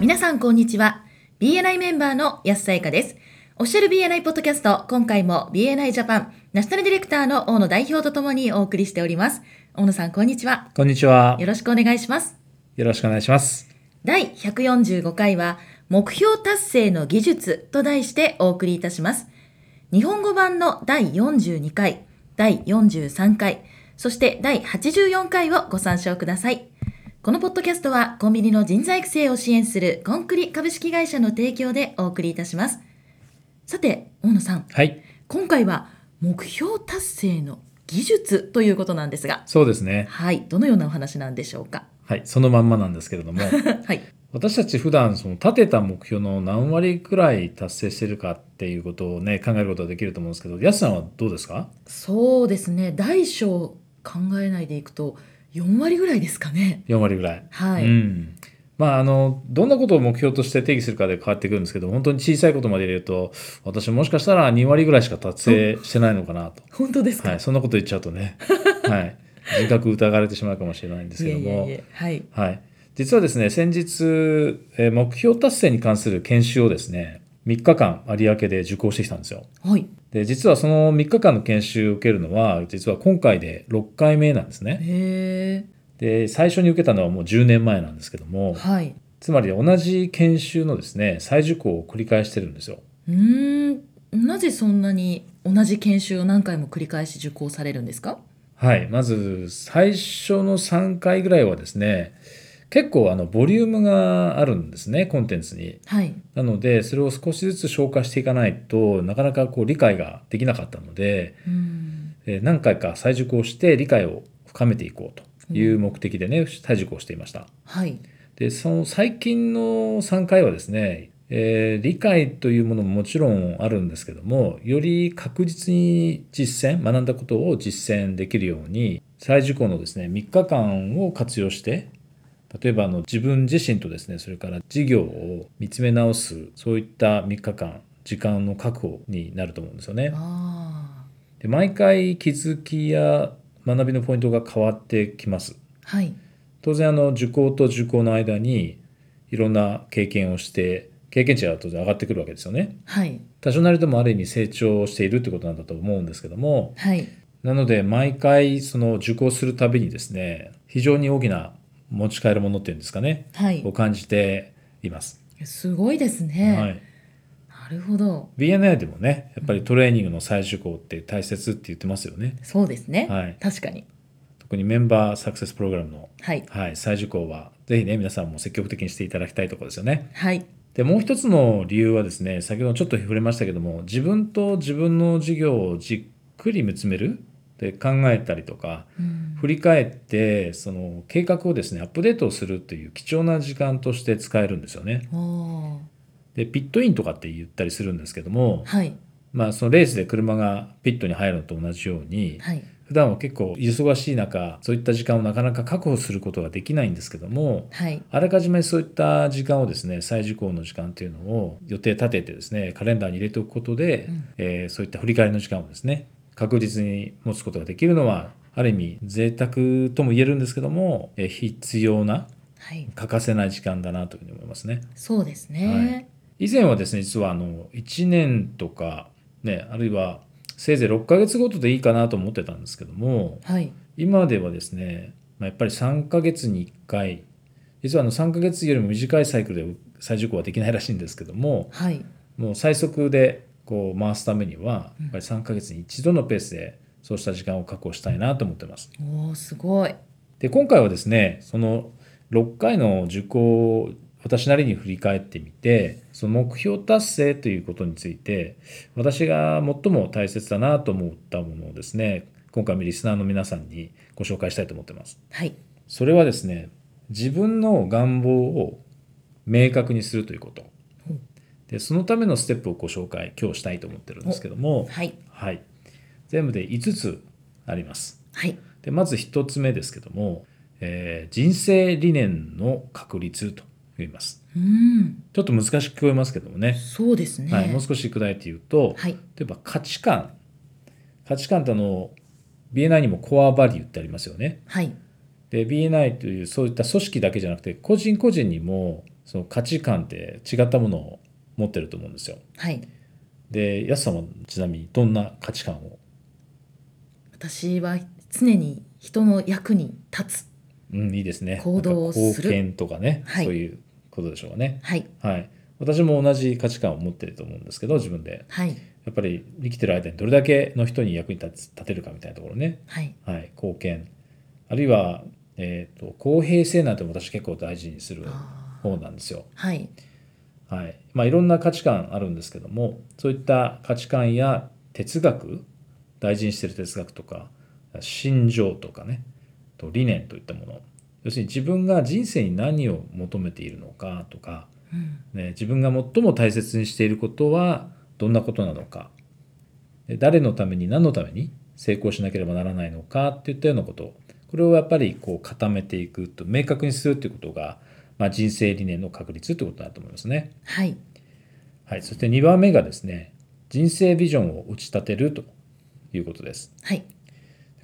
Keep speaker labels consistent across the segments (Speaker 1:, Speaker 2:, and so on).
Speaker 1: 皆さんこんにちは。BNI メンバーの安さゆかです。オフィシャル BNI ポッドキャスト、今回も BNI ジャパン、ナショナルディレクターの大野代表とともにお送りしております。大野さんこんにちは。
Speaker 2: こんにちは
Speaker 1: よ。ろしくお願いします。
Speaker 2: よろしくお願いします。
Speaker 1: 第145回は、目標達成の技術と題してお送りいたします。日本語版の第42回、第43回、そして第84回をご参照ください。このポッドキャストはコンビニの人材育成を支援するコンクリ株式会社の提供でお送りいたします。さて、大野さん、
Speaker 2: はい。
Speaker 1: 今回は目標達成の技術ということなんですが、
Speaker 2: そうですね。
Speaker 1: はい、どのようなお話なんでしょうか。
Speaker 2: はい。そのまんまなんですけれども、
Speaker 1: はい、
Speaker 2: 私たち普段、その立てた目標の何割くらい達成してるかっていうことをね、考えることができると思うんですけど、安さんはどうですか
Speaker 1: そうですね大小考えないでいくと4割ぐらいですかね
Speaker 2: ?4 割ぐらい。
Speaker 1: はい、
Speaker 2: うん。まあ、あの、どんなことを目標として定義するかで変わってくるんですけど、本当に小さいことまで入れると、私もしかしたら2割ぐらいしか達成してないのかなと。
Speaker 1: 本当ですか、
Speaker 2: はい。そんなこと言っちゃうとね、 はい。人格疑われてしまうかもしれないんです
Speaker 1: い
Speaker 2: け
Speaker 1: え
Speaker 2: ども。
Speaker 1: いえいえはい
Speaker 2: はい、実はですね先日、えー目標達成に関する研修をですね3日間有明で受講してきたんですよ
Speaker 1: はい
Speaker 2: で実はその3日間の研修を受けるのは実は今回で6回目なんですね
Speaker 1: へ
Speaker 2: で最初に受けたのはもう10年前なんですけど
Speaker 1: え
Speaker 2: も
Speaker 1: はい
Speaker 2: つまり同じ研修のですね再受講を繰り返してるんですよ
Speaker 1: うーんなぜそんなに同じ研修を何回も繰り返し受講されるんですか
Speaker 2: はいまず最初の3回ぐらいはですね結構あのボリュームがあるんですねコンテンツに
Speaker 1: はい
Speaker 2: なので、それを少しずつ消化していかないとなかなかこう理解ができなかったので、
Speaker 1: うん
Speaker 2: えー何回か再受講して理解を深めていこうという目的でね、再受講していました。
Speaker 1: はい
Speaker 2: で、その最近の3回はですね、えー理解というものももちろんあるんですけども、より確実に実践、学んだことを実践できるように、再受講のですね、3日間を活用して、例えばあの自分自身とですねそれから事業を見つめ直すそういった3日間時間の確保になると思うんですよね。
Speaker 1: あ
Speaker 2: で毎回気づきや学びのポイントが変わってきます。
Speaker 1: ーはい
Speaker 2: 当然あの受講と受講の間にいろんな経験をして経験値が当然上がってくるわけですよね。
Speaker 1: はい
Speaker 2: 多少なりともある意味成長しているってことなんだと思うんですけども
Speaker 1: はい
Speaker 2: なので毎回その受講するたびにですね非常に大きな持ち帰るものっていうんですかね
Speaker 1: はい
Speaker 2: を感じています。
Speaker 1: すごいですね、
Speaker 2: はい、
Speaker 1: なるほど
Speaker 2: BNI でもねやっぱりトレーニングの再受講って大切って言ってますよね。
Speaker 1: そうですね、
Speaker 2: はい、
Speaker 1: 確かに
Speaker 2: 特にメンバーサクセスプログラムの、
Speaker 1: はい
Speaker 2: はい、再受講はぜひね皆さんも積極的にしていただきたいところですよね。
Speaker 1: はい
Speaker 2: でもう一つの理由はですね先ほどちょっと触れましたけども自分と自分の事業をじっくり見つめるで考えたりとか
Speaker 1: うん
Speaker 2: 振り返ってその計画をですねアップデートをするという貴重な時間として使えるんですよね。
Speaker 1: おー
Speaker 2: でピットインとかって言ったりするんですけども、
Speaker 1: はい
Speaker 2: まあ、そのレースで車がピットに入るのと同じように
Speaker 1: はい
Speaker 2: 普段は結構忙しい中そういった時間をなかなか確保することができないんですけども
Speaker 1: はい
Speaker 2: あらかじめそういった時間をですね再受講の時間っていうのを予定立ててですねカレンダーに入れておくことで、
Speaker 1: うん
Speaker 2: えーそういった振り返りの時間をですね確実に持つことができるのはある意味贅沢とも言えるんですけども、えー必要な
Speaker 1: はい
Speaker 2: 欠かせない時間だなというふうに思いますね。
Speaker 1: そうですね。
Speaker 2: 以前はですね実はあの1年とか、ね、あるいはせいぜい6ヶ月ごとでいいかなと思ってたんですけども
Speaker 1: はい。
Speaker 2: 今ではですね、まあ、やっぱり3ヶ月に1回実はあの3ヶ月よりも短いサイクルで再受講はできないらしいんですけども
Speaker 1: はい。
Speaker 2: もう最速でこう回すためにはやっぱり3ヶ月に1度のペースでそうした時間を確保したいなと思ってます。
Speaker 1: おお、すごい。
Speaker 2: で今回はですねその6回の受講を私なりに振り返ってみてその目標達成ということについて私が最も大切だなと思ったものをですね今回もリスナーの皆さんにご紹介したいと思ってます。
Speaker 1: はい。
Speaker 2: それはですね自分の願望を明確にするということ
Speaker 1: うん
Speaker 2: でそのためのステップをご紹介今日したいと思ってるんですけども、
Speaker 1: はい。
Speaker 2: はい、全部で5つあります。
Speaker 1: はい。
Speaker 2: でまず1つ目ですけども、えー人生理念の確立と言います
Speaker 1: うん。
Speaker 2: ちょっと難しく聞こえますけどもね
Speaker 1: そうですね。
Speaker 2: はい、もう少し砕いて言うと、
Speaker 1: はい。
Speaker 2: 例えば価値観価値観ってあの BNI にもコアバリューってありますよね
Speaker 1: はい。
Speaker 2: で BNI というそういった組織だけじゃなくて個人個人にもその価値観って違ったものを持ってると思うんですよ。
Speaker 1: はい。
Speaker 2: で、安さんはちなみにどんな価値観を、
Speaker 1: 私は常に人の役に立つ。
Speaker 2: うん、いいですね。
Speaker 1: 行動をする
Speaker 2: なんか貢献とかね、
Speaker 1: はい
Speaker 2: そういうことでしょうかね。
Speaker 1: はい。
Speaker 2: はい。私も同じ価値観を持ってると思うんですけど、自分で。
Speaker 1: はい。
Speaker 2: やっぱり生きてる間にどれだけの人に役に立つ立てるかみたいなところね。
Speaker 1: はい。
Speaker 2: はい、貢献。あるいは、えっ、と、公平性なんて私結構大事にする
Speaker 1: あー
Speaker 2: 方なんですよ。
Speaker 1: はい。
Speaker 2: はいまあ、いろんな価値観あるんですけどもそういった価値観や哲学大事にしている哲学とか心情とかねと理念といったもの要するに自分が人生に何を求めているのかとか、
Speaker 1: うん。
Speaker 2: ね、自分が最も大切にしていることはどんなことなのかで誰のために何のために成功しなければならないのかっていったようなことこれをやっぱりこう固めていくと明確にするということが、まあ、人生理念の確立ということだと思いますね。
Speaker 1: はい。
Speaker 2: はい、そして2番目がですね人生ビジョンを打ち立てるということです。
Speaker 1: はい。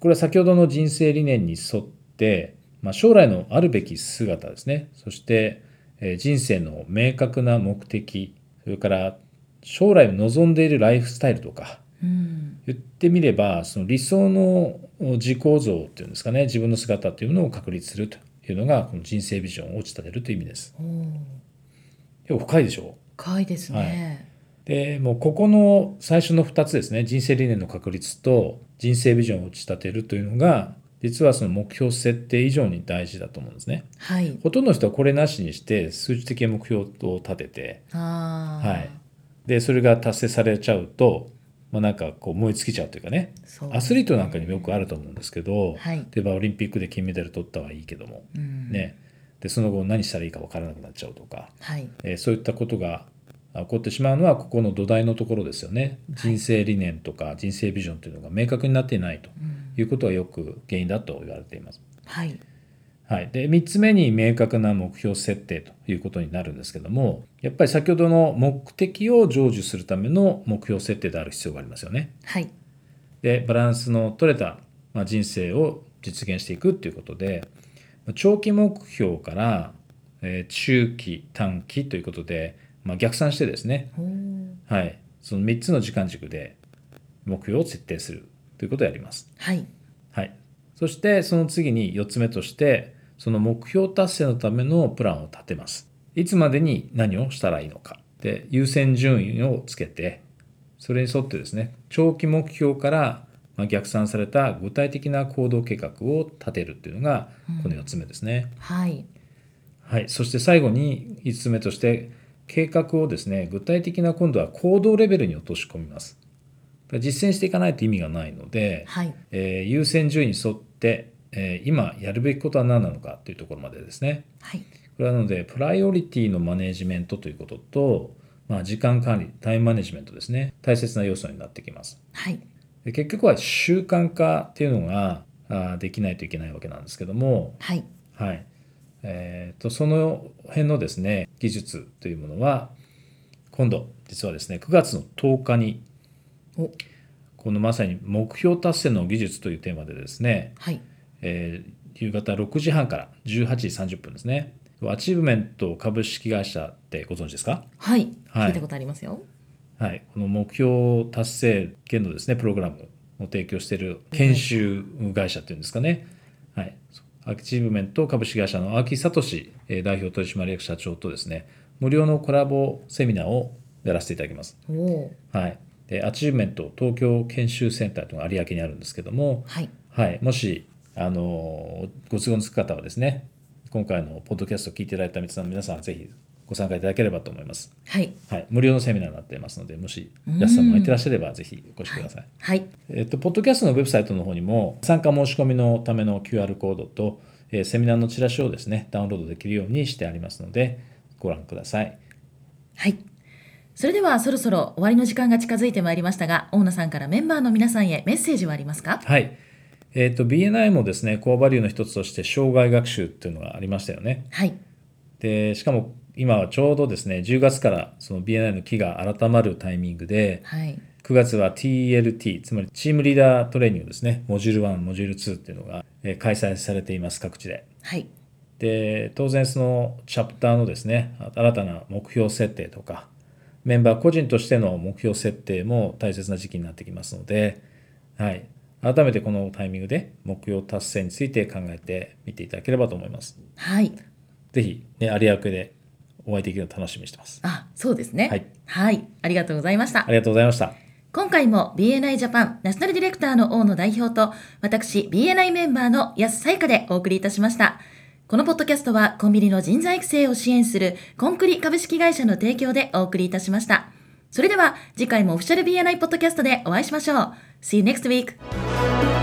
Speaker 2: これは先ほどの人生理念に沿って、まあ、将来のあるべき姿ですねそして、えー人生の明確な目的それから将来を望んでいるライフスタイルとか
Speaker 1: うん。
Speaker 2: 言ってみればその理想の自己像っていうんですかね自分の姿っていうのを確立するというのがこの人生ビジョンを打ち立てるという意味です。
Speaker 1: おお。
Speaker 2: 結構深いでしょう
Speaker 1: 深いですね。
Speaker 2: でもうここの最初の2つですね人生理念の確立と人生ビジョンを打ち立てるというのが実はその目標設定以上に大事だと思うんですね。
Speaker 1: はい。
Speaker 2: ほとんどの人はこれなしにして数字的な目標を立てて、
Speaker 1: ああ。
Speaker 2: はい、でそれが達成されちゃうと、まあ、なんかこう燃え尽きちゃうというかね
Speaker 1: そう
Speaker 2: アスリートなんかにもよくあると思うんですけど、
Speaker 1: はい。
Speaker 2: 例えばオリンピックで金メダル取ったはいいけども、
Speaker 1: うん。。
Speaker 2: ね、でその後何したらいいか分からなくなっちゃうとか。
Speaker 1: はい。
Speaker 2: えーそういったことがあ起こってしまうのはここの土台のところですよね人生理念とか人生ビジョンというのが明確になっていないと
Speaker 1: うん。
Speaker 2: いうことがよく原因だと言われています。
Speaker 1: はい。
Speaker 2: はい、で3つ目に明確な目標設定ということになるんですけどもやっぱり先ほどの目的を成就するための目標設定である必要がありますよね。
Speaker 1: はい。
Speaker 2: でバランスの取れた、まあ、人生を実現していくということで長期目標から、えー中期短期ということで、まあ、逆算してですね、
Speaker 1: おお。
Speaker 2: はい、その3つの時間軸で目標を設定するということをやります、
Speaker 1: はい。
Speaker 2: はい、そしてその次に4つ目としてその目標達成のためのプランを立てますいつまでに何をしたらいいのかで優先順位をつけてそれに沿ってですね長期目標からまあ逆算された具体的な行動計画を立てるというのがこの4つ目ですね、
Speaker 1: はい。
Speaker 2: はい、そして最後に5つ目として計画をですね具体的な今度は行動レベルに落とし込みますだから実践していかないと意味がないので、
Speaker 1: はい。
Speaker 2: えー優先順位に沿って、えー今やるべきことは何なのかというところまでですね
Speaker 1: はい。
Speaker 2: これはなのでプライオリティのマネジメントということと、まあ、時間管理タイムマネジメントですね大切な要素になってきます
Speaker 1: はい。
Speaker 2: で結局は習慣化っていうのがあーできないといけないわけなんですけども
Speaker 1: はい。
Speaker 2: はいえー、とその辺のですね技術というものは今度実はですね9月の10日に
Speaker 1: お。
Speaker 2: このまさに目標達成の技術というテーマでですね、
Speaker 1: はい。
Speaker 2: えー夕方6時半から18時30分ですねアチーブメント株式会社ってご存知ですか
Speaker 1: はい。
Speaker 2: はい
Speaker 1: 聞いたことありますよ。
Speaker 2: はい、この目標達成限度ですねプログラムを提供している研修会社っていうんですかね、はい、アチーブメント株式会社の秋聡えー代表取締役社長とですね無料のコラボセミナーをやらせていただきます、
Speaker 1: おお。
Speaker 2: はい、でアチーブメント東京研修センターというのが有明にあるんですけども、
Speaker 1: はい。
Speaker 2: はい、もしあのーご都合のつく方はですね今回のポッドキャストを聞いていただいた皆さんぜひご参加いただければと思います
Speaker 1: はい。
Speaker 2: はい、無料のセミナーになっていますので、もし安さんもいてらっしゃれば、ぜひご視聴ください。
Speaker 1: はい。
Speaker 2: えっと、ポッドキャストのウェブサイトの方にも、参加申し込みのための QR コードと、えーセミナーのチラシをですね、ダウンロードできるようにしてありますので、ご覧ください。
Speaker 1: はい。それではそろそろ終わりの時間が近づいてまいりましたが、大野さんからメンバーの皆さんへメッセージはありますか
Speaker 2: はい。えっと、BNI もですね、コアバリューの一つとして、障害学習っていうのがありましたよね。
Speaker 1: はい。
Speaker 2: で、しかも、今はちょうどですね、10月からその BNI の期が改まるタイミングで、
Speaker 1: はい。
Speaker 2: 9月は TLT、つまりチームリーダートレーニングですね、モジュール1、モジュール2っていうのがえー開催されています、各地で。
Speaker 1: はい。
Speaker 2: で当然そのチャプターのですね新たな目標設定とかメンバー個人としての目標設定も大切な時期になってきますので、はい、改めてこのタイミングで目標達成について考えてみていただければと思います。
Speaker 1: はい。
Speaker 2: ぜひ、ね、有明でお会いできるの楽しみにしてます。
Speaker 1: あ、そうですね。
Speaker 2: はい。
Speaker 1: はい。ありがとうございました
Speaker 2: あ。りがとうございました。
Speaker 1: 今回も BNI ジャパンナショナルディレクターの大野代表と私 BNI メンバーの安彩香でお送りいたしました。このポッドキャストはコンビニの人材育成を支援するコンクリ株式会社の提供でお送りいたしました。それでは次回もオフィシャル BNI ポッドキャストでお会いしましょう。See you next week!